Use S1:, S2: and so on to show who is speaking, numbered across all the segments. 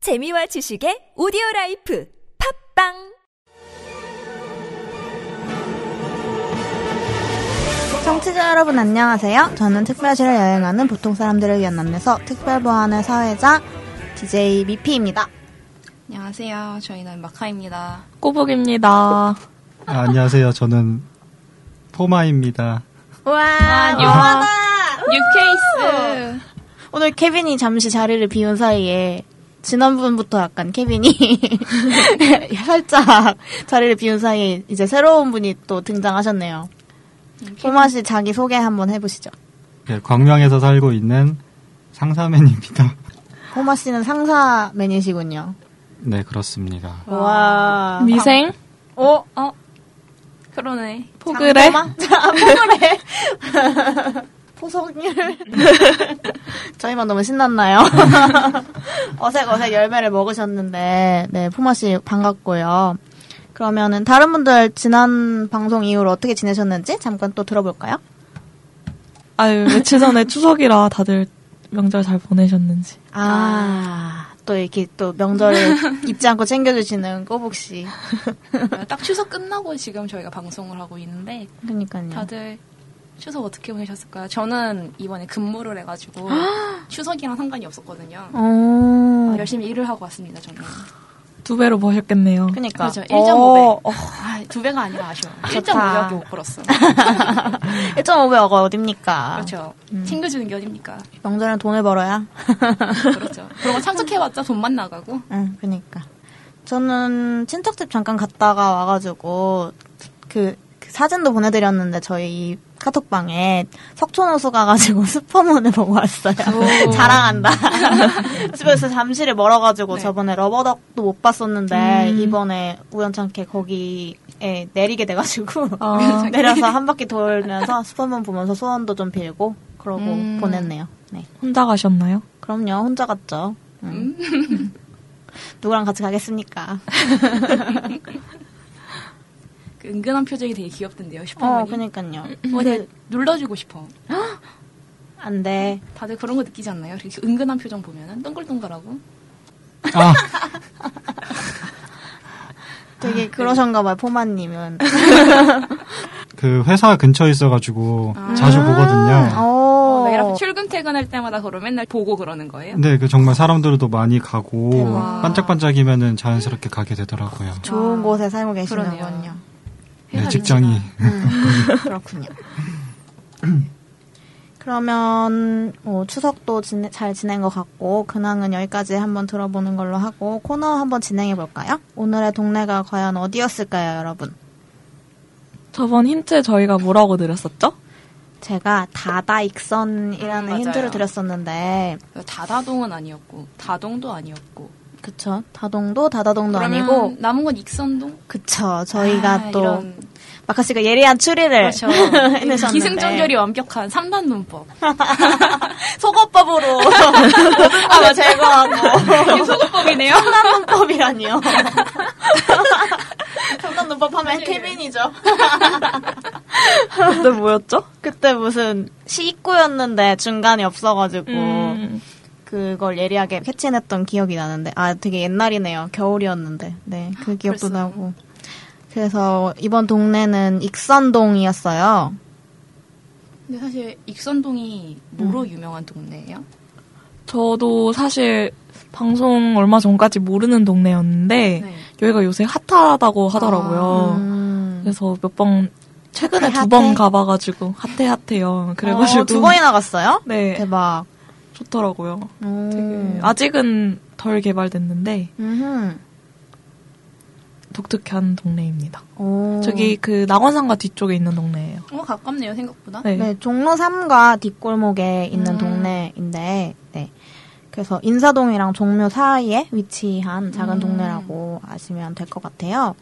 S1: 재미와 지식의 오디오 라이프 팝빵
S2: 청취자 여러분 안녕하세요. 저는 특별시를 여행하는 보통 사람들을 위한 남녀서 특별보안의 사회자 DJ 미피입니다.
S3: 안녕하세요. 저희는 마카입니다.
S4: 꼬북입니다.
S5: 아, 안녕하세요. 저는 포마입니다.
S2: 와,
S4: 영화다!
S3: 뉴케이스.
S2: 아, 오늘 케빈이 잠시 자리를 비운 사이에 지난번부터 약간 케빈이 살짝 자리를 비운 사이에 이제 새로운 분이 또 등장하셨네요. 포마 씨 자기 소개 한번 해보시죠.
S5: 네, 광명에서 살고 있는 상사맨입니다.
S2: 포마 씨는 상사맨이시군요.
S5: 네, 그렇습니다.
S2: 와.
S4: 미생?
S2: 어?
S3: 그러네. 아,
S4: 포그레?
S2: 포그레. 포석률. 저희만 너무 신났나요? 어색어색 열매를 먹으셨는데, 네, 포마씨 반갑고요. 그러면은 다른 분들 지난 방송 이후로 어떻게 지내셨는지 잠깐 또 들어볼까요?
S4: 아유, 며칠 전에 추석이라 다들 명절 잘 보내셨는지.
S2: 아, 또 이렇게 또 명절을 잊지 않고 챙겨주시는 꼬북씨.
S3: 어, 딱 추석 끝나고 지금 저희가 방송을 하고 있는데
S2: 그니까요.
S3: 다들 추석 어떻게 보내셨을까요? 저는 이번에 근무를 해가지고 추석이랑 상관이 없었거든요.
S2: 아! 어,
S3: 아,
S2: 아,
S3: 열심히 일을 하고 왔습니다. 저는.
S4: 두 배로 뭐 버셨겠네요.
S2: 그니까.
S3: 그렇죠. 1.5배.
S4: 어,
S3: 아, 두 배가 아니라 아쉬워.
S2: 좋다.
S3: 1.5배밖에 못 벌었어.
S2: 1.5배가 어딥니까?
S3: 그렇죠.
S2: 음.
S3: 챙겨주는 게 어딥니까?
S2: 명절엔 돈을 벌어야.
S3: 그렇죠. 그런 거 참석해봤자 돈만 나가고.
S2: 응, 그니까. 저는 친척집 잠깐 갔다가 와가지고, 그, 그 사진도 보내드렸는데, 저희 이 카톡방에 석촌호수 가가지고 스퍼문을 보고 왔어요. 자랑한다. 집에서 잠실을 멀어가지고
S3: 네. 음.
S2: 저번에 러버덕도 못 봤었는데, 이번에 우연찮게 거기에 내리게 돼가지고,
S4: 아.
S2: 내려서 한 바퀴 돌면서 스퍼문 보면서 소원도 좀 빌고, 그러고
S3: 음.
S2: 보냈네요. 네.
S4: 혼자 가셨나요?
S2: 그럼요, 혼자 갔죠. 음. 누구랑 같이 가겠습니까?
S3: 그 은근한 표정이 되게 귀엽던데요.
S2: 어,
S3: 슈퍼맨이.
S2: 그니까요.
S3: 어, 되게 눌러주고 싶어.
S2: 안 돼.
S3: 다들 그런 거 느끼지 않나요? 이렇게 은근한 표정 보면은 동글동글하고.
S5: 아,
S2: 되게 아, 그러셨가 봐요, 포마님은.
S5: 그 회사 근처에 있어가지고 자주
S3: 아.
S2: 어,
S3: 어.
S5: 보거든요.
S2: 오.
S3: 매일 아침 출근 퇴근할 때마다 걸어 맨날 보고 그러는 거예요.
S2: 음.
S5: 근데 그 정말 사람들도 많이 가고
S3: 대박.
S5: 반짝반짝이면은 자연스럽게 가게 되더라고요.
S2: 좋은 곳에 살고 계시는군요.
S3: 그러네요.
S5: 네, 직장이
S2: 그렇군요. 그러면 뭐 추석도 지내- 잘 지낸 것 같고 근황은 여기까지 한번 들어보는 걸로 하고 코너 한번 진행해 볼까요? 오늘의 동네가 과연 어디였을까요, 여러분?
S4: 저번 힌트 저희가 뭐라고 드렸었죠?
S2: 제가 다다익선이라는
S3: 음, 맞아요.
S2: 힌트를 드렸었는데
S3: 다다동은 아니었고 다동도 아니었고.
S2: 그쵸? 다동도 다다동도
S3: 그러면
S2: 음, 아니고
S3: 남은 건 익선동.
S2: 그쵸? 저희가
S3: 아,
S2: 또
S3: 이런,
S2: 마카 씨가 예리한 추리를
S3: 그렇죠.
S2: 해내셨는데
S3: 기승전결이 완벽한 3단 문법.
S2: 속어법으로 모든 걸 제거하고
S3: 이게 소극법이네요.
S2: 상단 눈법이라니요. 상단 눈법 하면 케빈이죠.
S4: 그때 뭐였죠?
S2: 그때 무슨 시입구였는데 중간이 없어가지고
S4: 음,
S2: 그걸 예리하게 캐치했던 기억이 나는데 아 되게 옛날이네요. 겨울이었는데 네
S4: 아,
S2: 그 기억도
S3: 벌써.
S2: 나고 그래서 이번 동네는 익선동이었어요.
S3: 근데 사실 익선동이 뭐로
S2: 음.
S3: 유명한 동네예요?
S4: 저도 사실 방송 얼마 전까지 모르는 동네였는데,
S3: 네.
S4: 여기가 요새 핫하다고 하더라고요.
S2: 음.
S4: 어. 그래서 몇 번, 최근에
S2: 핫해,
S4: 두 번
S2: 핫해?
S4: 가봐가지고, 핫해, 핫해요. 그래가지고.
S2: 어, 두 번이나 갔어요?
S4: 네,
S2: 대박.
S4: 좋더라고요.
S2: 오.
S4: 되게, 아직은 덜 개발됐는데,
S2: 음흠. 독특한
S4: 독특한 동네입니다.
S2: 오.
S4: 저기 그 낙원상가 뒤쪽에 있는 동네예요.
S3: 어 가깝네요 생각보다.
S4: 네.
S2: 네, 종로 3과 뒷골목에 있는
S3: 음.
S2: 동네인데, 네. 그래서 인사동이랑 종묘 사이에 위치한 작은
S3: 음.
S2: 동네라고 아시면 될 것 같아요.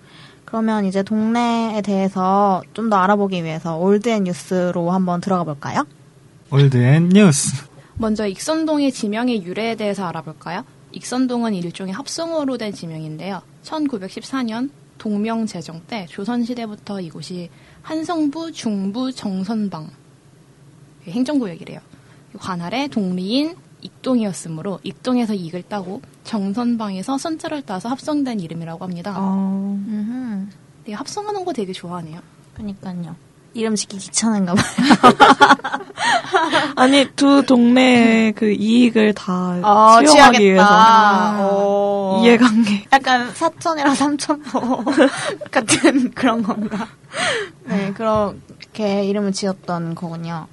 S2: 그러면 이제 동네에 대해서 좀 더 알아보기 위해서 올드앤뉴스로 한번 들어가 볼까요?
S5: 올드앤 뉴스.
S3: 먼저 익선동의 지명의 유래에 대해서 알아볼까요? 익선동은 일종의 합성어로 된 지명인데요. 1914년 동명 제정 때 조선시대부터 이곳이 한성부, 중부, 정선방 예, 행정구역이래요. 관할의 동리인 익동이었으므로 익동에서 익을 따고 정선방에서 선자를 따서 합성된 이름이라고 합니다.
S4: 어,
S2: 음흠.
S3: 되게 합성하는 거 되게 좋아하네요.
S2: 그니까요. 이름 짓기 귀찮은가 봐요.
S4: 아니 두 동네의 그 이익을 다
S2: 아,
S4: 수용하기 위해서
S2: 취하겠다. 어.
S4: 이해관계.
S2: 약간 사촌이랑 삼촌모 같은 그런 건가? 네, 그렇게 이름을 지었던 거군요.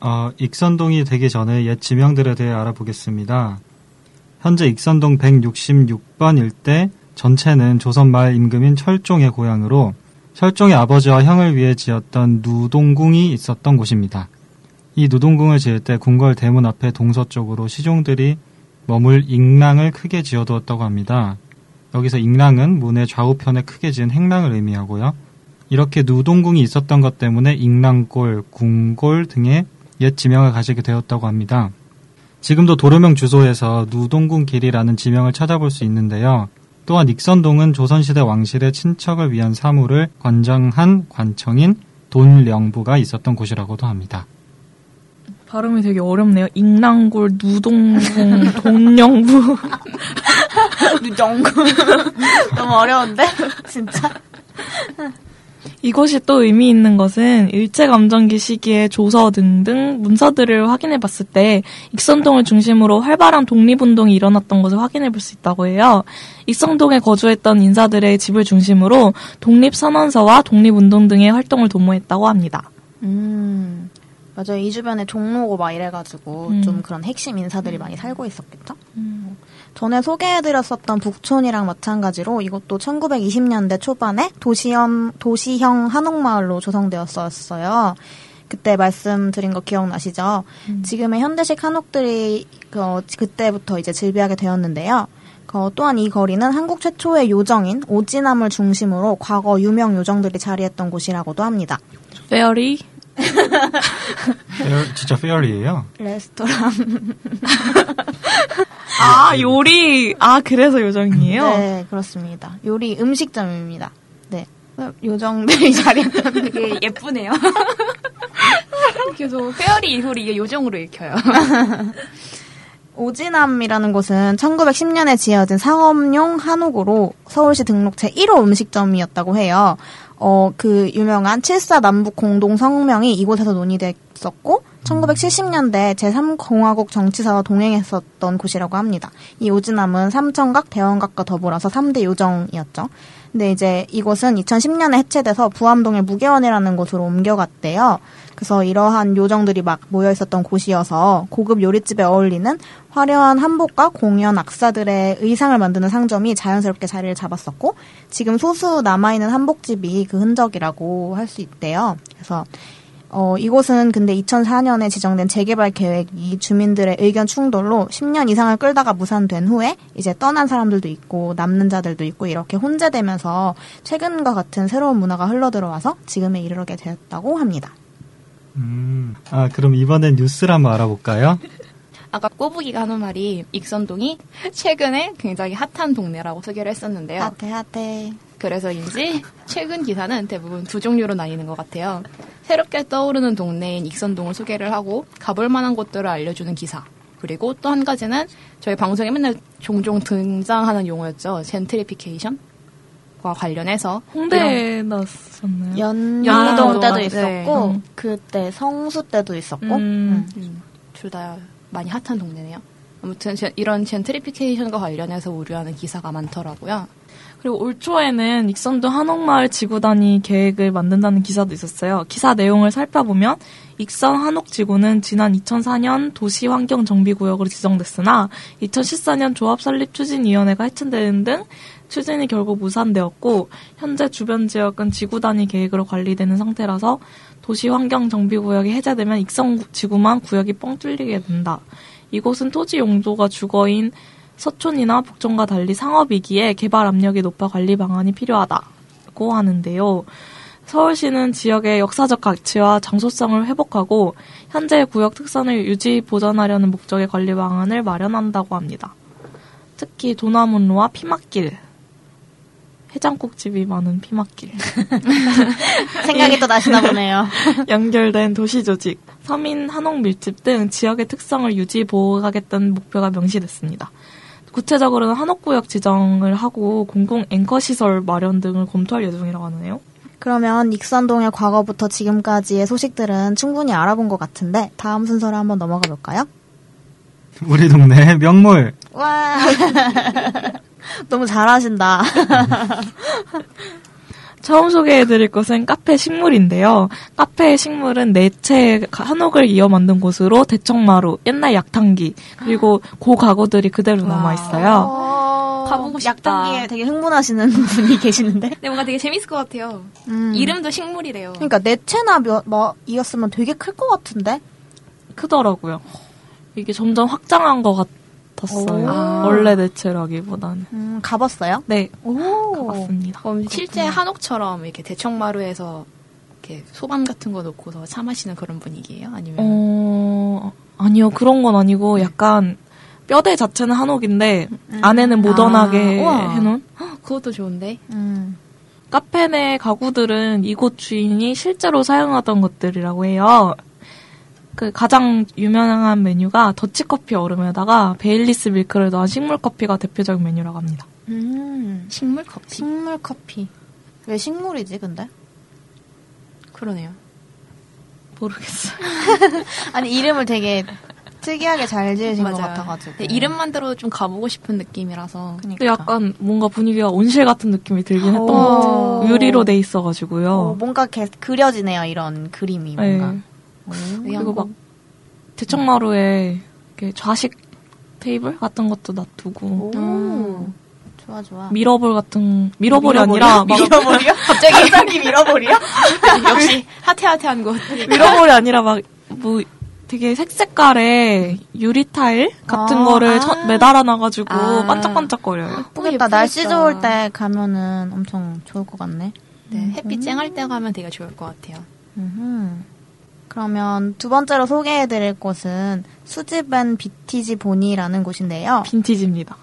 S5: 어, 익선동이 되기 전에 옛 지명들에 대해 알아보겠습니다. 현재 익선동 166번 일대 전체는 조선 말 임금인 철종의 고향으로 철종의 아버지와 형을 위해 지었던 누동궁이 있었던 곳입니다. 이 누동궁을 지을 때 궁궐 대문 앞에 동서쪽으로 시종들이 머물 익랑을 크게 지어두었다고 합니다. 여기서 익랑은 문의 좌우편에 크게 지은 행랑을 의미하고요. 이렇게 누동궁이 있었던 것 때문에 익랑골, 궁골 등의 옛 지명을 가지게 되었다고 합니다. 지금도 도로명 주소에서 누동궁 길이라는 지명을 찾아볼 수 있는데요. 또한 익선동은 조선시대 왕실의 친척을 위한 사물을 관장한 관청인 돈령부가 있었던 곳이라고도 합니다.
S4: 발음이 되게 어렵네요. 익랑골 누동궁 동령부.
S2: 누정구. 너무 어려운데? 진짜?
S4: 이것이 또 의미 있는 것은 일제감정기 시기의 조서 등등 문서들을 확인해 봤을 때 익선동을 중심으로 활발한 독립운동이 일어났던 것을 확인해 볼 수 있다고 해요. 익선동에 거주했던 인사들의 집을 중심으로 독립선언서와 독립운동 등의 활동을 도모했다고 합니다.
S2: 음, 맞아요. 이 주변에 종로고 막 이래가지고
S4: 음.
S2: 좀 그런 핵심 인사들이 많이 살고 있었겠죠? 음. 전에 소개해드렸었던 북촌이랑 마찬가지로 이것도 1920년대 초반에 도시형, 도시형 한옥마을로 조성되었었어요. 그때 말씀드린 거 기억나시죠? 지금의 현대식 한옥들이 그, 어, 그때부터 이제 즐비하게 되었는데요. 그, 또한 이 거리는 한국 최초의 요정인 오지남을 중심으로 과거 유명 요정들이 자리했던 곳이라고도 합니다.
S4: 페어리
S5: 페어- 진짜 페어리예요.
S2: 레스토랑.
S4: 아 요리 아 그래서 요정이에요.
S2: 네, 그렇습니다. 요리 음식점입니다. 네. 요정들이 자리했던
S3: 되게 예쁘네요. 계속 페어리 이후로 이게 요정으로 읽혀요.
S2: 오지남이라는 곳은 1910년에 지어진 상업용 한옥으로 서울시 등록 제1호 음식점이었다고 해요. 어, 그 유명한 7사 남북 공동 성명이 이곳에서 논의됐었고, 1970년대 제3공화국 정치사와 동행했었던 곳이라고 합니다. 이 오지남은 삼천각, 대원각과 더불어서 3대 요정이었죠. 근데 이제 이곳은 2010년에 해체돼서 부암동의 무계원이라는 곳으로 옮겨갔대요. 그래서 이러한 요정들이 막 모여 있었던 곳이어서 고급 요리집에 어울리는 화려한 한복과 공연 악사들의 의상을 만드는 상점이 자연스럽게 자리를 잡았었고 지금 소수 남아있는 한복집이 그 흔적이라고 할 수 있대요. 그래서 어, 이곳은 근데 2004년에 지정된 재개발 계획이 주민들의 의견 충돌로 10년 이상을 끌다가 무산된 후에 이제 떠난 사람들도 있고 남는 자들도 있고 이렇게 혼재되면서 최근과 같은 새로운 문화가 흘러들어와서 지금에 이르게 되었다고 합니다.
S5: 음, 아 그럼 이번엔 뉴스를 한번 알아볼까요?
S3: 아까 꼬부기가 하는 말이 익선동이 최근에 굉장히 핫한 동네라고 소개를 했었는데요.
S4: 아.
S2: 하태 하태.
S3: 그래서인지 최근 기사는 대부분 두 종류로 나뉘는 것 같아요. 새롭게 떠오르는 동네인 익선동을 소개를 하고 가볼 만한 곳들을 알려주는 기사. 그리고 또 한 가지는 저희 방송에 맨날 종종 등장하는 용어였죠. 젠트리피케이션과 관련해서
S4: 홍대 나왔었나요?
S2: 음. 연희동
S3: 연희동
S2: 때도
S3: 네.
S2: 있었고
S4: 음.
S2: 그때 성수 때도 있었고
S4: 음.
S3: 둘 다 많이 핫한 동네네요. 아무튼 제- 이런 젠트리피케이션과 관련해서 우려하는 기사가 많더라고요.
S4: 그리고 올 초에는 익선동 한옥마을 지구단위 계획을 만든다는 기사도 있었어요. 기사 내용을 살펴보면 익선 한옥지구는 지난 2004년 도시환경정비구역으로 지정됐으나 2014년 조합설립추진위원회가 해체되는 등 추진이 결국 무산되었고 현재 주변 지역은 지구단위 계획으로 관리되는 상태라서 도시환경정비구역이 해제되면 익선 지구만 구역이 뻥 뚫리게 된다. 이곳은 토지 용도가 주거인 서촌이나 북촌과 달리 상업이기에 개발 압력이 높아 관리 방안이 필요하다고 하는데요. 서울시는 지역의 역사적 가치와 장소성을 회복하고 현재의 구역 특선을 유지 보전하려는 목적의 관리 방안을 마련한다고 합니다. 특히 도나문로와 피막길, 해장국집이 많은 피막길,
S2: 생각이 또 나시나 보네요.
S4: 연결된 도시조직, 서민 한옥 밀집 등 지역의 특성을 유지 보호하겠다는 목표가 명시됐습니다. 구체적으로는 한옥구역 지정을 하고 공공 앵커 시설 마련 등을 검토할 예정이라고 하네요.
S2: 그러면 익선동의 과거부터 지금까지의 소식들은 충분히 알아본 것 같은데 다음 순서로 한번 넘어가 볼까요?
S5: 우리 동네 명물.
S2: 와 너무 잘하신다.
S4: 처음 소개해드릴 것은 카페 식물인데요. 카페의 식물은 네 내채 한옥을 이어 만든 곳으로 대청마루, 옛날 약탕기 그리고 고 가구들이 그대로 남아 있어요.
S6: 가보고 싶다.
S2: 약당기에 되게 흥분하시는 분이 계시는데.
S6: 근데 뭔가 되게 재밌을 것 같아요.
S2: 음.
S6: 이름도 식물이래요.
S2: 그러니까 네 채나 몇 뭐, 이었으면 되게 클 것 같은데.
S4: 크더라고요. 이게 점점 확장한 것 같았어요.
S2: 오.
S4: 아. 원래 내채라기보다는.
S2: 음, 가봤어요?
S4: 네,
S2: 오.
S4: 맞습니다.
S3: 그럼 실제 한옥처럼 이렇게 대청마루에서 이렇게 소반 같은 거 놓고서 차 마시는 그런 분위기예요? 아니면
S4: 어, 아니요, 그런 건 아니고 약간 뼈대 자체는 한옥인데 안에는 모던하게
S3: 아, 우와.
S4: 해놓은?
S3: 그것도 좋은데
S2: 음.
S4: 카페 내 가구들은 이곳 주인이 실제로 사용하던 것들이라고 해요. 그 가장 유명한 메뉴가 더치커피 얼음에다가 베일리스 밀크를 넣은 식물커피가 대표적인 메뉴라고 합니다.
S2: 음.
S3: 식물 커피
S2: 식물 커피. 왜 식물이지, 근데?
S3: 그러네요.
S4: 모르겠어요.
S2: 아니, 이름을 되게 특이하게 잘 지으신 것
S3: 맞아요.
S2: 같아가지고.
S3: 근데 이름만 들어도 좀 가보고 싶은 느낌이라서
S2: 그러니까.
S4: 또 약간 뭔가 분위기가 온실 같은 느낌이 들긴 했던
S2: 오.
S4: 것 같아요. 유리로 돼
S2: 어,
S4: 있어가지고요.
S2: 뭔가 개, 그려지네요, 이런 그림이 뭔가.
S4: 네.
S2: 오.
S4: 그리고 막
S3: 양고.
S4: 대청마루에 이렇게 좌식 테이블 같은 것도 놔두고
S2: 음. 좋아, 좋아.
S4: 미러볼 같은 미러볼이 아니라 막
S2: 밀어버려? 갑자기 갑자기 밀어버려?
S3: 역시 핫해핫해한 곳.
S4: 미러볼이 아니라 막 뭐 되게 색색깔의 유리 타일 같은
S2: 아,
S4: 거를
S2: 아.
S4: 쳐- 매달아 놔가지고
S3: 아.
S4: 반짝반짝거려요.
S2: 예쁘겠다. 날씨 좋을 때 가면은 엄청 좋을 것 같네.
S3: 네, 햇빛 쨍할 때 가면 되게 좋을 것 같아요.
S2: 음흠. 그러면 두 번째로 소개해드릴 곳은 수집은 비티지 보니라는 곳인데요.
S4: 빈티지입니다.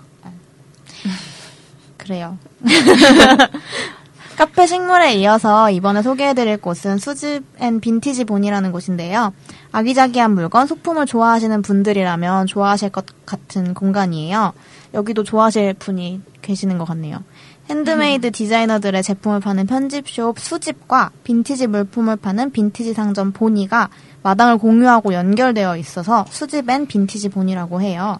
S2: 그래요. 카페 식물에 이어서 이번에 소개해드릴 곳은 수집 앤 빈티지 본이라는 곳인데요. 아기자기한 물건, 소품을 좋아하시는 분들이라면 좋아하실 것 같은 공간이에요. 여기도 좋아하실 분이 계시는 것 같네요. 핸드메이드 디자이너들의 제품을 파는 편집숍 수집과 빈티지 물품을 파는 빈티지 상점 보니가 마당을 공유하고 연결되어 있어서 수집 앤 빈티지 본이라고 해요.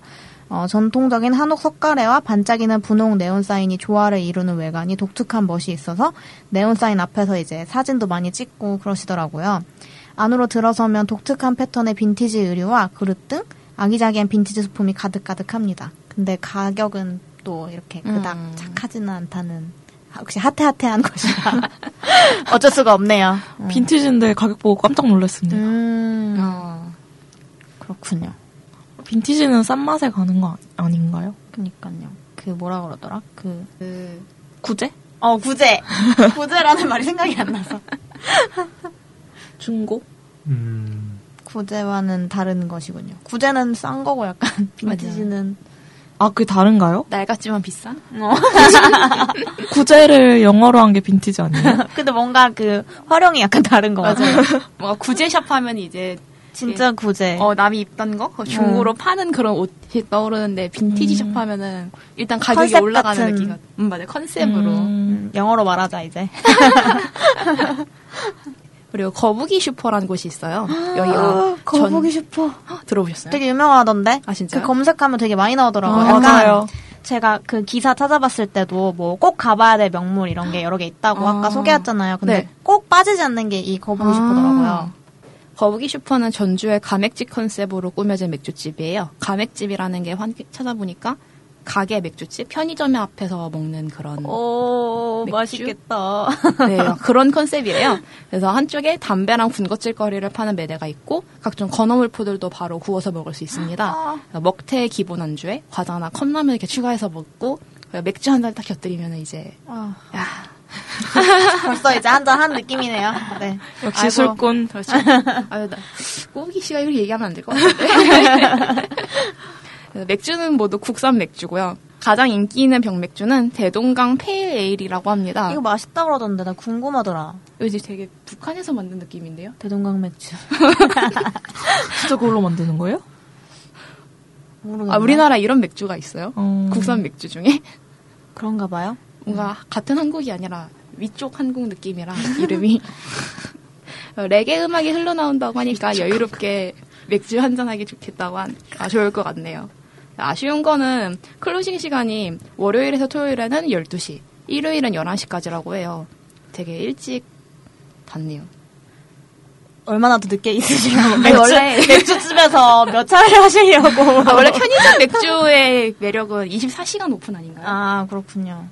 S2: 어, 전통적인 한옥 석가래와 반짝이는 분홍 네온사인이 조화를 이루는 외관이 독특한 멋이 있어서 네온사인 앞에서 이제 사진도 많이 찍고 그러시더라고요. 안으로 들어서면 독특한 패턴의 빈티지 의류와 그릇 등 아기자기한 빈티지 소품이 가득가득합니다. 근데 가격은 또 이렇게 그닥
S3: 음.
S2: 착하지는 않다는 혹시 하태하태한 것이라 어쩔 수가 없네요. 음.
S4: 빈티지인데 가격 보고 깜짝 놀랐습니다.
S2: 음,
S3: 어.
S2: 그렇군요.
S4: 빈티지는 싼 맛에 가는 거 아니- 아닌가요?
S2: 그니까요. 그 뭐라 그러더라? 그
S4: 구제?
S2: 어, 구제. 구제라는 말이 생각이 안 나서.
S4: 중고?
S5: 음,
S2: 구제와는 다른 것이군요. 구제는 싼 거고 약간 빈티지는
S4: 아 그게 다른가요?
S3: 낡았지만 비싼?
S4: 구제를 영어로 한 게 빈티지 아니에요?
S2: 근데 뭔가 그 활용이 약간 다른 거 같아요. 예.
S3: 뭔가 구제샵 하면 이제
S2: 진짜 구제.
S3: 어 남이 입던 거 그거 중고로
S2: 음.
S3: 파는 그런 옷이 떠오르는데 빈티지 샵 하면은 일단 가격이
S2: 컨셉
S3: 올라가는
S2: 같은.
S3: 느낌 같 음, 맞아요 컨셉으로
S4: 음,
S2: 음, 영어로 말하자 이제.
S3: 그리고 거북이 슈퍼라는 곳이 있어요 여기가 전...
S2: 싶어.
S3: 헉, 들어보셨어요?
S2: 아, 되게 유명하던데.
S3: 아, 진짜요?
S2: 그 검색하면 되게 많이 나오더라고요.
S4: 아,
S2: 약간
S4: 맞아요.
S2: 제가 그 기사 찾아봤을 때도 뭐 꼭 가봐야 될 명물 이런 게 여러 개 있다고
S3: 아.
S2: 아까 아. 소개했잖아요. 근데
S3: 네.
S2: 꼭 빠지지 않는 게 이 거북이 싶더라고요.
S3: 거북이 슈퍼는 전주의 가맥집 컨셉으로 꾸며진 맥주집이에요. 가맥집이라는 게 환, 찾아보니까 가게 맥주집, 편의점 앞에서 먹는 그런
S2: 오,
S3: 맥주?
S2: 맛있겠다.
S3: 네, 막 그런 컨셉이에요. 그래서 한쪽에 담배랑 군것질거리를 파는 매대가 있고 각종 건어물포들도 바로 구워서 먹을 수 있습니다. 먹태 기본 안주에 과자나 컵라면 이렇게 추가해서 먹고 맥주 한 잔 딱 곁들이면 이제
S2: 아,
S3: 야,
S2: 벌써 이제 한잔 한 느낌이네요. 네.
S4: 역시
S3: 아이고.
S4: 술꾼.
S3: 그렇죠. 아유, 나, 꼬기 씨가 이렇게 얘기하면 안 될 것 같은데. 그래서 맥주는 모두 국산 맥주고요. 가장 인기 있는 병맥주는 대동강 페일에일이라고 합니다.
S2: 이거 맛있다 그러던데 나 궁금하더라.
S3: 이거 되게 북한에서 만든 느낌인데요?
S2: 대동강 맥주.
S4: 진짜 그걸로 만드는 거예요?
S2: 모르겠네요.
S3: 아, 우리나라 이런 맥주가 있어요?
S4: 어.
S3: 국산 맥주 중에?
S2: 그런가 봐요.
S3: 뭔가 같은 한국이 아니라 위쪽 한국 느낌이라 이름이 어, 레게 음악이 흘러나온다고 하니까 여유롭게 맥주 한잔하기 좋겠다고 한, 아, 좋을 것 같네요. 아쉬운 거는 클로징 시간이 월요일에서 토요일에는 12시, 일요일은 11시까지라고 해요. 되게 일찍 닫네요.
S2: 얼마나 더 늦게 있으시냐고. 맥주,
S3: 원래-
S2: 맥주집에서 몇 차례 하시려고.
S3: 아, 원래 편의점 맥주의 매력은 24시간 오픈 아닌가요?
S2: 아, 그렇군요.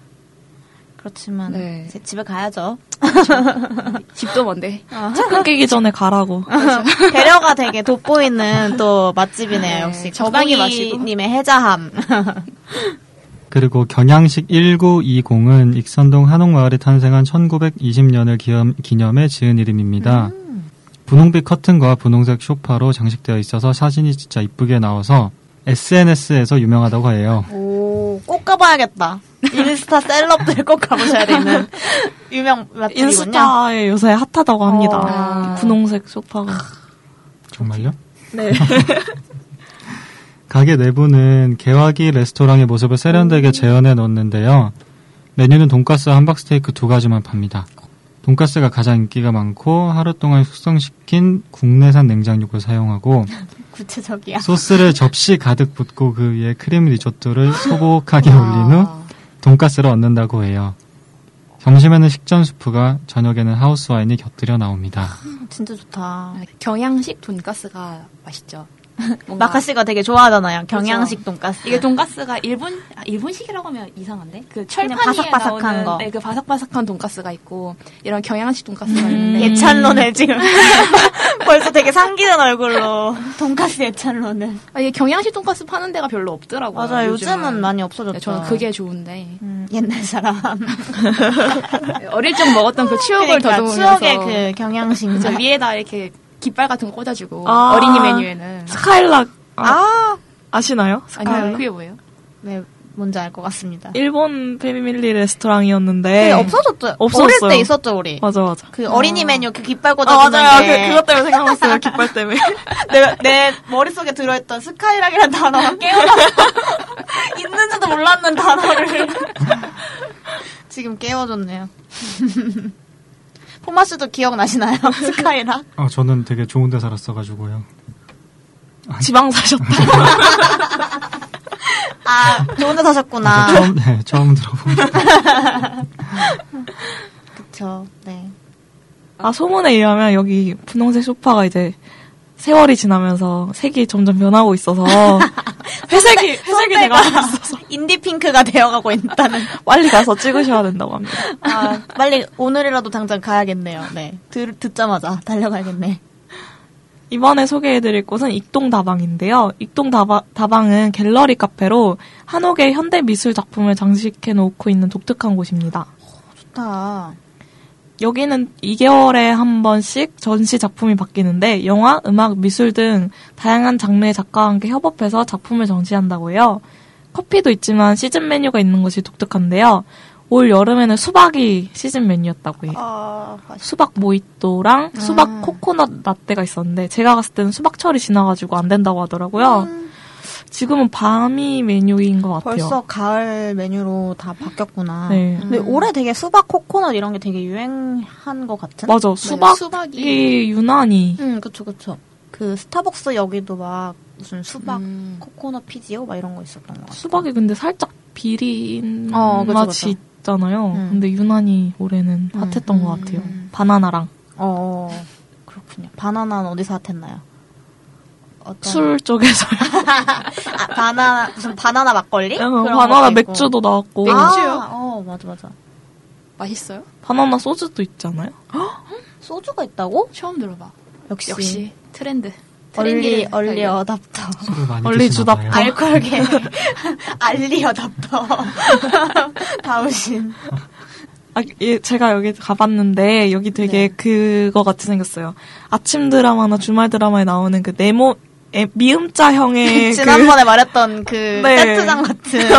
S2: 그렇지만
S3: 네.
S2: 이제 집에 가야죠.
S3: 집도 먼데.
S4: 차 끊기기 전에 가라고.
S2: 배려가 되게 돋보이는 또 맛집이네요.
S3: 네,
S2: 역시
S3: 적당히 마시고.
S2: 님의 해자함.
S5: 그리고 경양식 1920은 익선동 한옥마을이 탄생한 1920년을 기념, 해 지은 이름입니다. 분홍빛 커튼과 분홍색 소파로 장식되어 있어서 사진이 진짜 이쁘게 나와서 SNS에서 유명하다고 해요.
S2: 오, 꼭 가봐야겠다. 인스타 셀럽들 꼭 가보셔야 되는 유명 맛집이군요.
S4: 인스타에 요새 핫하다고 합니다.
S2: 어.
S4: 이 분홍색 소파가.
S5: 정말요? 네. 가게 내부는 개화기 레스토랑의 모습을 세련되게 재현해 놓는데요. 메뉴는 돈가스와 함박스테이크 두 가지만 팝니다. 돈가스가 가장 인기가 많고 하루 동안 숙성시킨 국내산 냉장육을 사용하고
S2: 구체적이야.
S5: 소스를 접시 가득 붓고 그 위에 크림 리조또를 소복하게 올린 후 돈가스를 얻는다고 해요. 점심에는 식전 수프가 저녁에는 하우스 와인이 곁들여 나옵니다.
S2: 진짜 좋다.
S3: 어, 경양식 돈가스가 맛있죠. 뭔가
S2: 마카 씨가 되게 좋아하잖아요. 경양식 돈가스.
S3: 이게 돈가스가 일본 아, 일본식이라고 하면 이상한데 그 철판 위에
S2: 바삭바삭한
S3: 나오는,
S2: 거.
S3: 네, 그 바삭바삭한 돈가스가 있고 이런 경양식 돈가스가 있는데
S2: 음. 예찬론을 지금 벌써 되게 상기는 얼굴로 돈가스 예찬론을.
S3: 아, 이게 경양식 돈가스 파는 데가 별로 없더라고요.
S2: 맞아요. 요즘은 많이
S3: 네,
S2: 없어졌죠.
S3: 저는 그게 좋은데
S2: 음, 옛날 사람.
S3: 어릴 적 먹었던 그 추억을
S2: 그러니까
S3: 더듬으면서
S2: 추억의 그 경양식.
S3: 그래서 위에다 이렇게 깃발 같은 거 꽂아주고
S4: 아.
S3: 어린이 메뉴에는
S4: 스카일락 아,
S2: 아,
S4: 시나요
S3: 아니요
S4: 스카일락?
S3: 그게 뭐예요?
S2: 네, 뭔지 알 것 같습니다.
S4: 일본 패밀리 레스토랑이었는데
S2: 네, 없어졌죠.
S4: 없어졌어요.
S2: 어릴 때 있었죠 우리.
S4: 맞아 맞아.
S2: 그 어린이 메뉴 그 깃발
S4: 아,
S2: 꽂아주는
S4: 맞아요.
S2: 게.
S4: 그, 그것 때문에 생각났어요. 깃발 때문에.
S2: 내, 내 머릿속에 들어있던 스카이락이라는 단어가 깨어났어. 있는지도 몰랐는 단어를. 지금 깨워줬네요. 포마 씨도 기억나시나요? 스카이락?
S5: 아, 저는 되게 좋은 데 살았어가지고요.
S4: 지방 사셨다.
S2: 아, 혼자
S5: 아, 저
S2: 사셨구나.
S5: 처음, 네, 처음 들어봅니다.
S2: 그쵸, 네.
S4: 아, 소문에 의하면 여기 분홍색 소파가 이제 세월이 지나면서 색이 점점 변하고 있어서 회색이, 회색이
S2: 선배가
S4: 돼가고 있어서
S2: 인디핑크가 되어가고 있다는.
S4: 빨리 가서 찍으셔야 된다고 합니다.
S2: 아, 빨리 오늘이라도 당장 가야겠네요. 네. 들, 듣자마자 달려가야겠네.
S4: 이번에 소개해드릴 곳은 익동 다방인데요. 익동 다바, 다방은 갤러리 카페로 한옥의 현대 미술 작품을 장식해 놓고 있는 독특한 곳입니다.
S2: 좋다.
S4: 여기는 2개월에 한 번씩 전시 작품이 바뀌는데 영화, 음악, 미술 등 다양한 장르의 작가와 함께 협업해서 작품을 전시한다고 해요. 커피도 있지만 시즌 메뉴가 있는 것이 독특한데요. 올 여름에는 수박이 시즌 메뉴였다고 해요.
S2: 아,
S4: 수박 모히또랑 수박
S2: 아.
S4: 코코넛 라떼가 있었는데 제가 갔을 때는 수박철이 지나가지고 안 된다고 하더라고요.
S2: 음. 어.
S4: 지금은 밤이 메뉴인 것 같아요.
S2: 벌써 가을 메뉴로 다 바뀌었구나. 음.
S4: 네.
S2: 근데 올해 되게 수박, 코코넛 이런 게 되게 유행한 것 같은?
S4: 맞아 수박이
S3: 수박이
S4: 유난히
S2: 응, 음, 그쵸, 그쵸. 그 스타벅스 여기도 막 무슨 수박,
S3: 음.
S2: 코코넛 피지오 막 이런 거 있었던 것 같아.
S4: 수박이 근데 살짝 비린
S2: 어, 그죠,
S4: 맛이
S2: 그죠.
S4: 있잖아요.
S2: 음.
S4: 근데 유난히 올해는
S2: 음,
S4: 핫했던 것
S2: 음.
S4: 같아요. 바나나랑
S2: 어, 그렇군요. 바나나는 어디서 핫했나요? 어떤-
S4: 술 쪽에서
S2: 아, 바나나, 무슨 바나나 막걸리? 그런
S4: 어, 바나나
S2: 것도 있고.
S4: 맥주도 나왔고
S2: 아, 어, 맞아, 맞아.
S3: 맛있어요?
S4: 바나나 소주도 있잖아요.
S2: 소주가 있다고?
S3: 처음 들어봐.
S2: 역시.
S3: 역시 트렌드.
S2: 얼리,
S3: 트렌디를
S2: 얼리
S3: 달려.
S2: 어답터.
S5: 술을 많이
S4: 얼리
S5: 드시나
S4: 주답.
S5: 봐요.
S4: 아,
S2: 알콜계 알리 어답터 다우신
S4: 아, 예, 제가 여기 가봤는데 여기 되게
S2: 네.
S4: 그거 같이 생겼어요. 아침 드라마나 주말 드라마에 나오는 그 네모 에, 미음자형의
S2: 그 지난번에 말했던 그
S4: 예, 그 네.
S2: 세트장 같은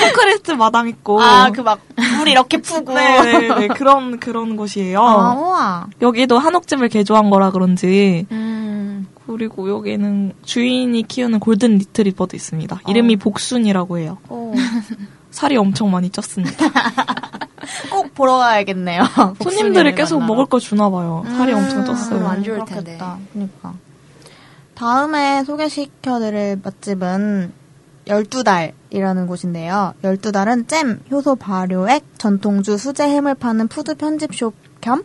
S4: 콘크리트 마당 있고
S2: 아 그 막 물 이렇게 푸고
S4: 네, 네, 네, 그런 그런 곳이에요.
S2: 아 우와
S4: 여기도 한옥집을 개조한 거라 그런지
S2: 음
S4: 그리고 여기는 주인이 키우는 골든 리트리버도 있습니다.
S2: 아.
S4: 이름이 복순이라고 해요.
S2: 오.
S4: 살이 엄청 많이 쪘습니다.
S2: 꼭 보러 가야겠네요.
S4: 손님들이 계속 먹을 거 주나 봐요. 음, 살이
S2: 아,
S4: 엄청 쪘어요.
S3: 안 좋을 텐데.
S2: 그러니까. 다음에 소개시켜드릴 맛집은 12달이라는 곳인데요. 12달은 잼, 효소 발효액, 전통주, 수제 햄을 파는 푸드 편집숍 겸,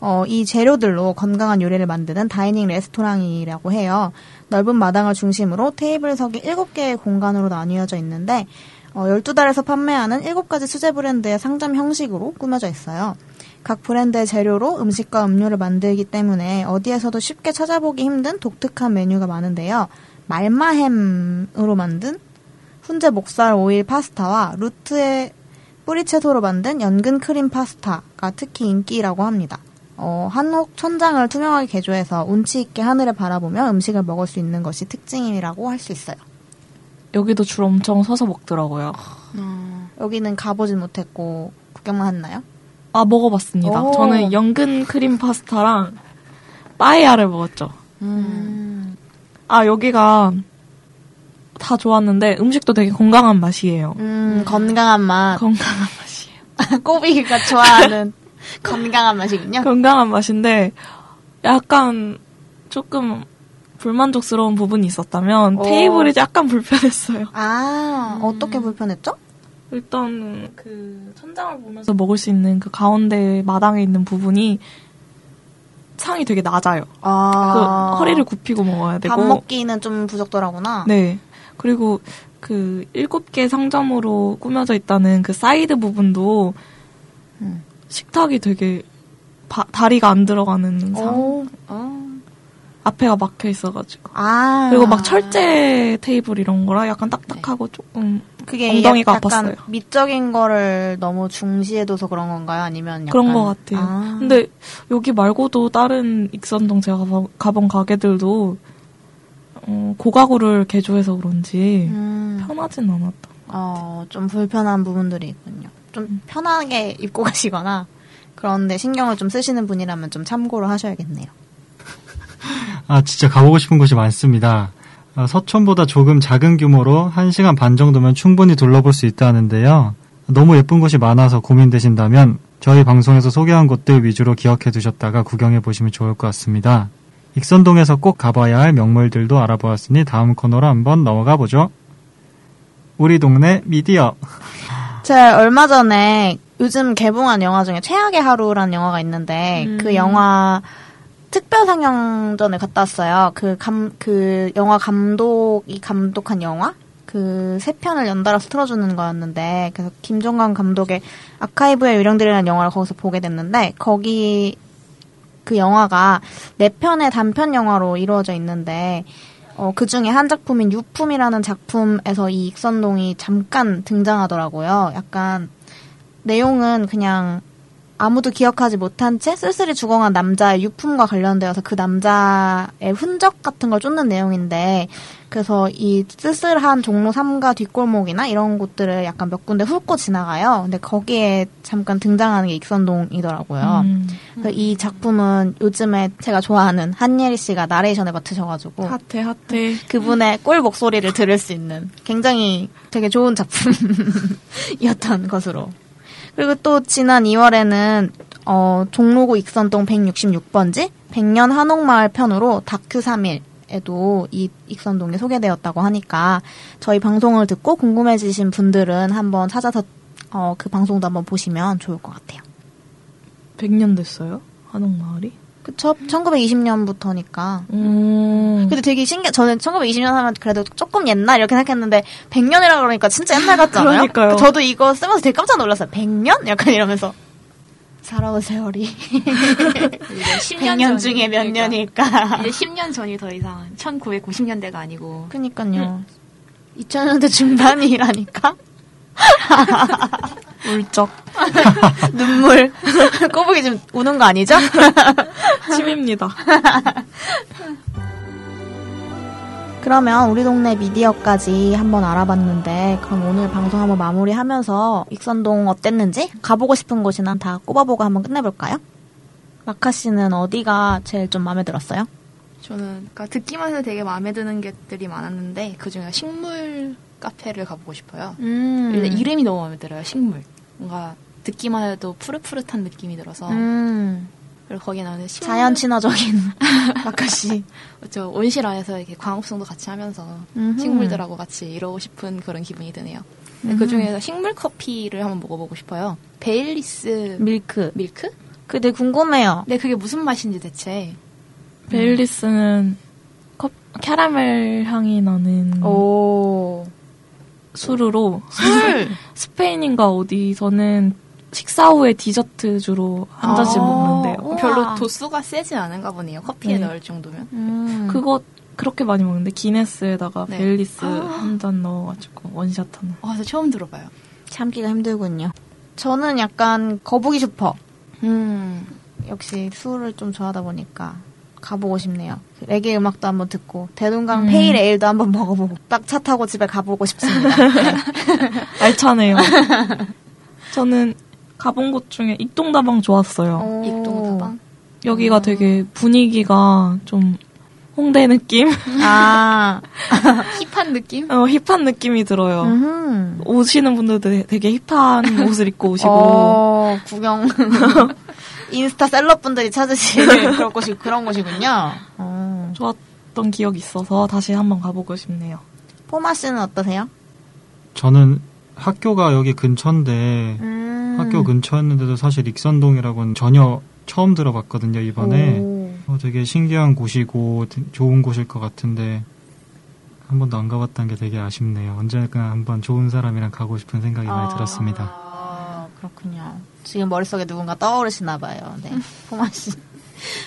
S2: 어, 이 재료들로 건강한 요리를 만드는 다이닝 레스토랑이라고 해요. 넓은 마당을 중심으로 테이블석이 7개의 공간으로 나뉘어져 있는데, 어, 12달에서 판매하는 7가지 수제 브랜드의 상점 형식으로 꾸며져 있어요. 각 브랜드의 재료로 음식과 음료를 만들기 때문에 어디에서도 쉽게 찾아보기 힘든 독특한 메뉴가 많은데요. 말마햄으로 만든 훈제 목살 오일 파스타와 루트의 뿌리채소로 만든 연근 크림 파스타가 특히 인기라고 합니다. 어, 한옥 천장을 투명하게 개조해서 운치 있게 하늘을 바라보며 음식을 먹을 수 있는 것이 특징이라고 할 수 있어요.
S4: 여기도 줄 엄청 서서 먹더라고요.
S2: 여기는 가보진 못했고 구경만 했나요?
S4: 아 먹어봤습니다.
S2: 오.
S4: 저는 연근 크림 파스타랑 빠에야를 먹었죠. 아 여기가 다 좋았는데 음식도 되게 건강한 맛이에요.
S2: 음, 건강한 맛.
S4: 건강한 맛이에요.
S2: 꼬비가 좋아하는 건강한 맛이군요.
S4: 건강한 맛인데 약간 조금 불만족스러운 부분이 있었다면
S2: 오.
S4: 테이블이 약간 불편했어요.
S2: 아, 어떻게 불편했죠?
S4: 일단 그 천장을 보면서 먹을 수 있는 그 가운데 마당에 있는 부분이 상이 되게 낮아요. 그
S2: 아,
S4: 허리를 굽히고 먹어야 되고
S2: 밥 먹기는 좀 부적더라구나.
S4: 네. 그리고 그 일곱 개 상점으로 꾸며져 있다는 그 사이드 부분도
S2: 음.
S4: 식탁이 되게 바- 다리가 안 들어가는 네. 상
S2: 오.
S4: 앞에가 막혀 있어가지고
S2: 아. 네.
S4: 그리고 막 철제 테이블 이런 거라 약간 딱딱하고 조금
S2: 그게
S4: 엉덩이가
S2: 약간
S4: 아팠어요.
S2: 미적인 거를 너무 중시해둬서 그런 건가요? 아니면 약간
S4: 그런 것 같아요.
S2: 아.
S4: 근데 여기 말고도 다른 익선동 제가 가본, 가본 가게들도 어, 고가구를 개조해서 그런지
S2: 음,
S4: 편하진 않았다.
S2: 어, 좀 불편한 부분들이 있군요. 좀 편하게 입고 가시거나 그런데 신경을 좀 쓰시는 분이라면 좀 참고를 하셔야겠네요.
S5: 아, 진짜 가보고 싶은 곳이 많습니다. 아, 서촌보다 조금 작은 규모로 1시간 반 정도면 충분히 둘러볼 수 있다는데요. 너무 예쁜 곳이 많아서 고민되신다면 저희 방송에서 소개한 곳들 위주로 기억해 두셨다가 구경해 보시면 좋을 것 같습니다. 익선동에서 꼭 가봐야 할 명물들도 알아보았으니 다음 코너로 한번 넘어가 보죠. 우리 동네 미디어.
S2: 제가 얼마 전에 요즘 개봉한 영화 중에 최악의 하루라는 영화가 있는데 그 영화 특별 상영전을 갔다 왔어요. 그 감 그 영화 감독이 감독한 영화 그 세 편을 연달아서 틀어주는 거였는데 그래서 김종관 감독의 아카이브의 요령들이라는 영화를 거기서 보게 됐는데 거기 그 영화가 네 편의 단편 영화로 이루어져 있는데 어, 그 중에 한 작품인 유품이라는 작품에서 이 익선동이 잠깐 등장하더라고요. 약간 내용은 그냥 아무도 기억하지 못한 채 쓸쓸히 죽어간 남자의 유품과 관련되어서 그 남자의 흔적 같은 걸 쫓는 내용인데 그래서 이 쓸쓸한 종로 3가 뒷골목이나 이런 곳들을 약간 몇 군데 훑고 지나가요. 근데 거기에 잠깐 등장하는 게 익선동이더라고요.
S4: 음.
S2: 그래서 그러니까 이 작품은 요즘에 제가 좋아하는 한예리 씨가 나레이션을 맡으셔가지고
S4: 핫해 핫해.
S2: 그분의 꿀 목소리를 들을 수 있는 굉장히 되게 좋은 작품이었던 것으로. 그리고 또 지난 2월에는 어, 종로구 익선동 166번지 백년 한옥마을 편으로 다큐 3일에도 이 익선동이 소개되었다고 하니까 저희 방송을 듣고 궁금해지신 분들은 한번 찾아서 어, 그 방송도 한번 보시면 좋을 것 같아요.
S4: 100년 됐어요? 한옥마을이?
S2: 그쵸? 1920년부터니까
S4: 음.
S2: 근데 되게 신기해. 저는 1920년 하면 그래도 조금 옛날 이렇게 생각했는데 100년이라 그러니까 진짜 옛날 같잖아요.
S4: 그러니까요.
S2: 저도 이거 쓰면서 되게 깜짝 놀랐어요. 100년? 약간 이러면서 살아온 세월이
S6: 10년 그러니까
S2: 100년 중에 몇 년일까.
S3: 예.
S6: 이제 10년 전이 더 이상 1990년대가 아니고
S2: 그니까요. 2000년대 중반이라니까
S4: 울적.
S2: 눈물 꼬부기 지금 우는 거 아니죠?
S4: 침입니다.
S2: 그러면 우리 동네 미디어까지 한번 알아봤는데 그럼 오늘 방송 한번 마무리하면서 익선동 어땠는지 가보고 싶은 곳이나 다 꼽아보고 한번 끝내볼까요? 마카 씨는 어디가 제일 좀 마음에 들었어요?
S6: 저는 그러니까 듣기만 해도 되게 마음에 드는 것들이 많았는데 그중에 식물 카페를 가보고 싶어요.
S2: 음.
S6: 근데 이름이 너무 마음에 들어요. 식물. 뭔가 듣기만 해도 푸릇푸릇한 느낌이 들어서
S2: 음.
S6: 그리고 거기 나오는 식물
S2: 자연 친화적인 마카시.
S6: 저 온실 안에서 이렇게 광합성도 같이 하면서
S2: 음흠.
S6: 식물들하고 같이 이러고 싶은 그런 기분이 드네요.
S2: 음.
S6: 그 중에서 식물 커피를 한번 먹어보고 싶어요. 베일리스
S2: 밀크.
S6: 밀크?
S2: 그게 되게 궁금해요.
S6: 근데 그게 무슨 맛인지 대체.
S4: 베일리스는 컵, 캐러멜 향이 나는
S2: 오.
S4: 술으로 스페인인가 어디서는 식사 후에 디저트 주로 한 잔씩
S6: 아.
S4: 먹는데요.
S6: 별로 도수가 세진 않은가 보네요. 커피에
S4: 네.
S6: 넣을 정도면.
S2: 음.
S4: 그거 그렇게 많이 먹는데 기네스에다가 아.
S6: 네.
S4: 베일리스 한 잔 넣어가지고 원샷 하는.
S6: 와, 저 처음 들어봐요.
S2: 참기가 힘들군요. 저는 약간 거북이 슈퍼.
S6: 음.
S2: 역시 술을 좀 좋아하다 보니까 가보고 싶네요. 레게 음악도 한번 듣고 대동강
S4: 음.
S2: 페일 에일도 한번 먹어보고 딱 차 타고 집에 가보고 싶습니다.
S4: 알차네요. 저는 가본 곳 중에 익동다방 좋았어요.
S6: 익동다방.
S4: 여기가 되게 분위기가 좀 홍대 느낌?
S2: 아,
S6: 힙한 느낌?
S4: 어, 힙한 느낌이 들어요.
S2: 음.
S4: 오시는 분들도 되- 되게 힙한 옷을 입고 오시고
S2: 어, 구경 인스타 셀럽분들이 찾으시는 그런 곳이 그런 곳이군요. 어.
S4: 좋았던 기억이 있어서 다시 한번 가보고 싶네요.
S2: 포마 씨는 어떠세요?
S5: 저는 학교가 여기 근처인데
S2: 음.
S5: 학교 근처였는데도 사실 익선동이라고는 전혀 처음 들어봤거든요 이번에
S2: 오.
S5: 어, 되게 신기한 곳이고 되- 좋은 곳일 것 같은데 한 번도 안 가봤다는 게 되게 아쉽네요 언젠가 한번 좋은 사람이랑 가고 싶은 생각이 많이 들었습니다
S2: 아, 그렇군요. 지금 머릿속에 누군가 떠오르시나 봐요. 네. 포마 씨.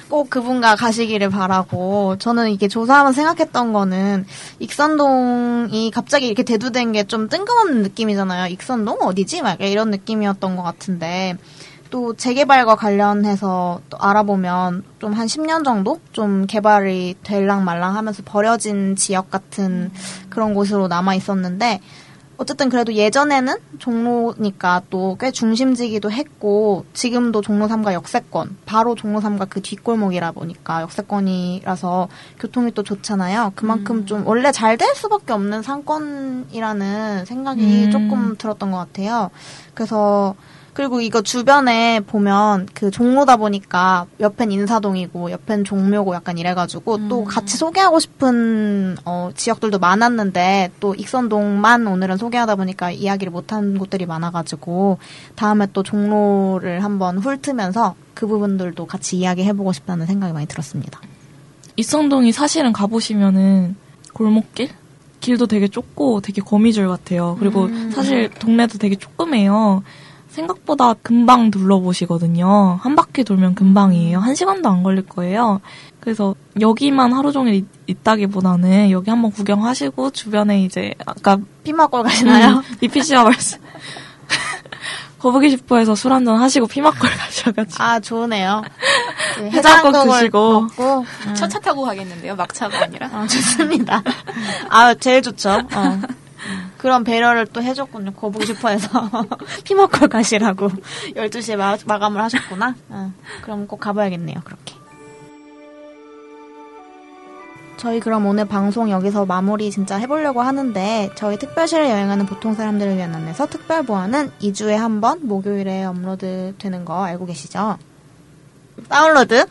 S2: 꼭 그분과 가시기를 바라고 저는 이게 조사하면 생각했던 거는 익선동이 갑자기 이렇게 대두된 게 좀 뜬금없는 느낌이잖아요. 익선동 어디지? 막 이런 느낌이었던 것 같은데 또 재개발과 관련해서 또 알아보면 좀 한 10년 정도 좀 개발이 될랑 말랑 하면서 버려진 지역 같은 그런 곳으로 남아 있었는데 어쨌든 그래도 예전에는 종로니까 또 꽤 중심지기도 했고 지금도 종로 3가 역세권 바로 종로 3가 그 뒷골목이라 보니까 역세권이라서 교통이 또 좋잖아요. 그만큼 좀 원래 잘 될 수밖에 없는 상권이라는 생각이
S4: 음.
S2: 조금 들었던 것 같아요. 그래서 그리고 이거 주변에 보면 그 종로다 보니까 옆엔 인사동이고 옆엔 종묘고 약간 이래가지고
S4: 음.
S2: 또 같이 소개하고 싶은 어, 지역들도 많았는데 또 익선동만 오늘은 소개하다 보니까 이야기를 못한 곳들이 많아가지고 다음에 또 종로를 한번 훑으면서 그 부분들도 같이 이야기해보고 싶다는 생각이 많이 들었습니다.
S4: 익선동이 사실은 가보시면은 골목길? 길도 되게 좁고 되게 거미줄 같아요. 그리고
S2: 음.
S4: 사실 동네도 되게 조그매요. 생각보다 금방 둘러보시거든요. 한 바퀴 돌면 금방이에요. 한 시간도 안 걸릴 거예요. 그래서 여기만 하루 종일 있- 있다기보다는 여기 한번 구경하시고 주변에 이제 아까
S2: 피마골 가시나요?
S4: 미피 씨와 말씀 거북이 슈퍼에서 술 한잔 하시고 피막골 가셔가지고
S2: 아 좋으네요. 그
S4: 해장국
S2: 해장국을
S4: 드시고.
S2: 먹고 음.
S6: 첫 차 타고 가겠는데요. 막차가 네. 아니라.
S2: 어, 좋습니다. 아, 제일 좋죠. 어. 그런 배려를 또 해줬군요. 거북이 슈퍼에서 피먹걸 가시라고 12시에 마, 감을 하셨구나. 어, 그럼 꼭 가봐야겠네요. 그렇게. 저희 그럼 오늘 방송 여기서 마무리 진짜 해보려고 하는데 저희 특별시를 여행하는 보통 사람들을 위한 안내서 특별 보안은 2주에 한 번 목요일에 업로드 되는 거 알고 계시죠? 다운로드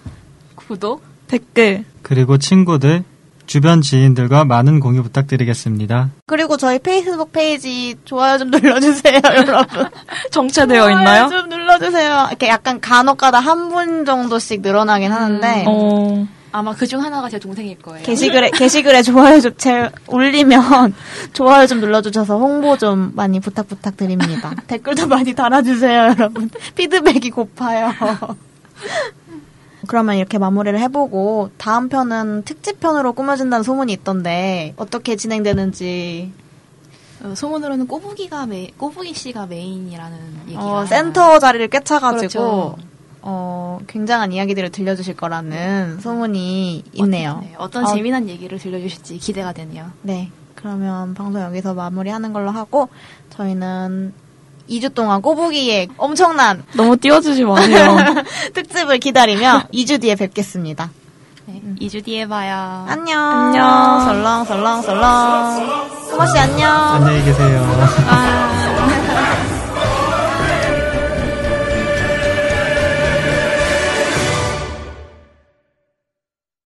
S6: 구독?
S4: 댓글
S5: 그리고 친구들 주변 지인들과 많은 공유 부탁드리겠습니다
S2: 그리고 저희 페이스북 페이지 좋아요 좀 눌러주세요, 여러분.
S4: 정체되어 있나요?
S2: 좋아요 좀 눌러주세요. 이렇게 약간 간혹가다 한 분 정도씩 늘어나긴 하는데
S4: 어,
S6: 아마 그 중 하나가 제 동생일 거예요.
S2: 게시글에 게시글에 좋아요 좀 제, 올리면 좋아요 좀 눌러주셔서 홍보 좀 많이 부탁 부탁드립니다. 댓글도 많이 달아주세요, 여러분. 피드백이 고파요. 그러면 이렇게 마무리를 해보고 다음 편은 특집 편으로 꾸며진다는 소문이 있던데 어떻게 진행되는지
S6: 어, 소문으로는 꼬부기가 메 꼬부기 씨가 메인이라는 얘기가
S2: 어, 센터 자리를 꿰차가지고
S6: 그렇죠.
S2: 어, 굉장한 이야기들을 들려주실 거라는 소문이
S6: 어,
S2: 있네요.
S6: 네, 어떤
S2: 어,
S6: 재미난 얘기를 들려주실지 기대가 되네요.
S2: 네. 그러면 방송 여기서 마무리하는 걸로 하고 저희는 2주 동안 꼬부기의 엄청난
S4: 너무 띄워주지 마세요.
S2: 특집을 기다리며 2주 뒤에 뵙겠습니다.
S3: 네,
S6: 음.
S3: 2주 뒤에 봐요.
S2: 안녕.
S4: 안녕.
S2: 설렁, 설렁, 설렁. 꼬마 씨 안녕.
S5: 안녕히 계세요.
S3: 아.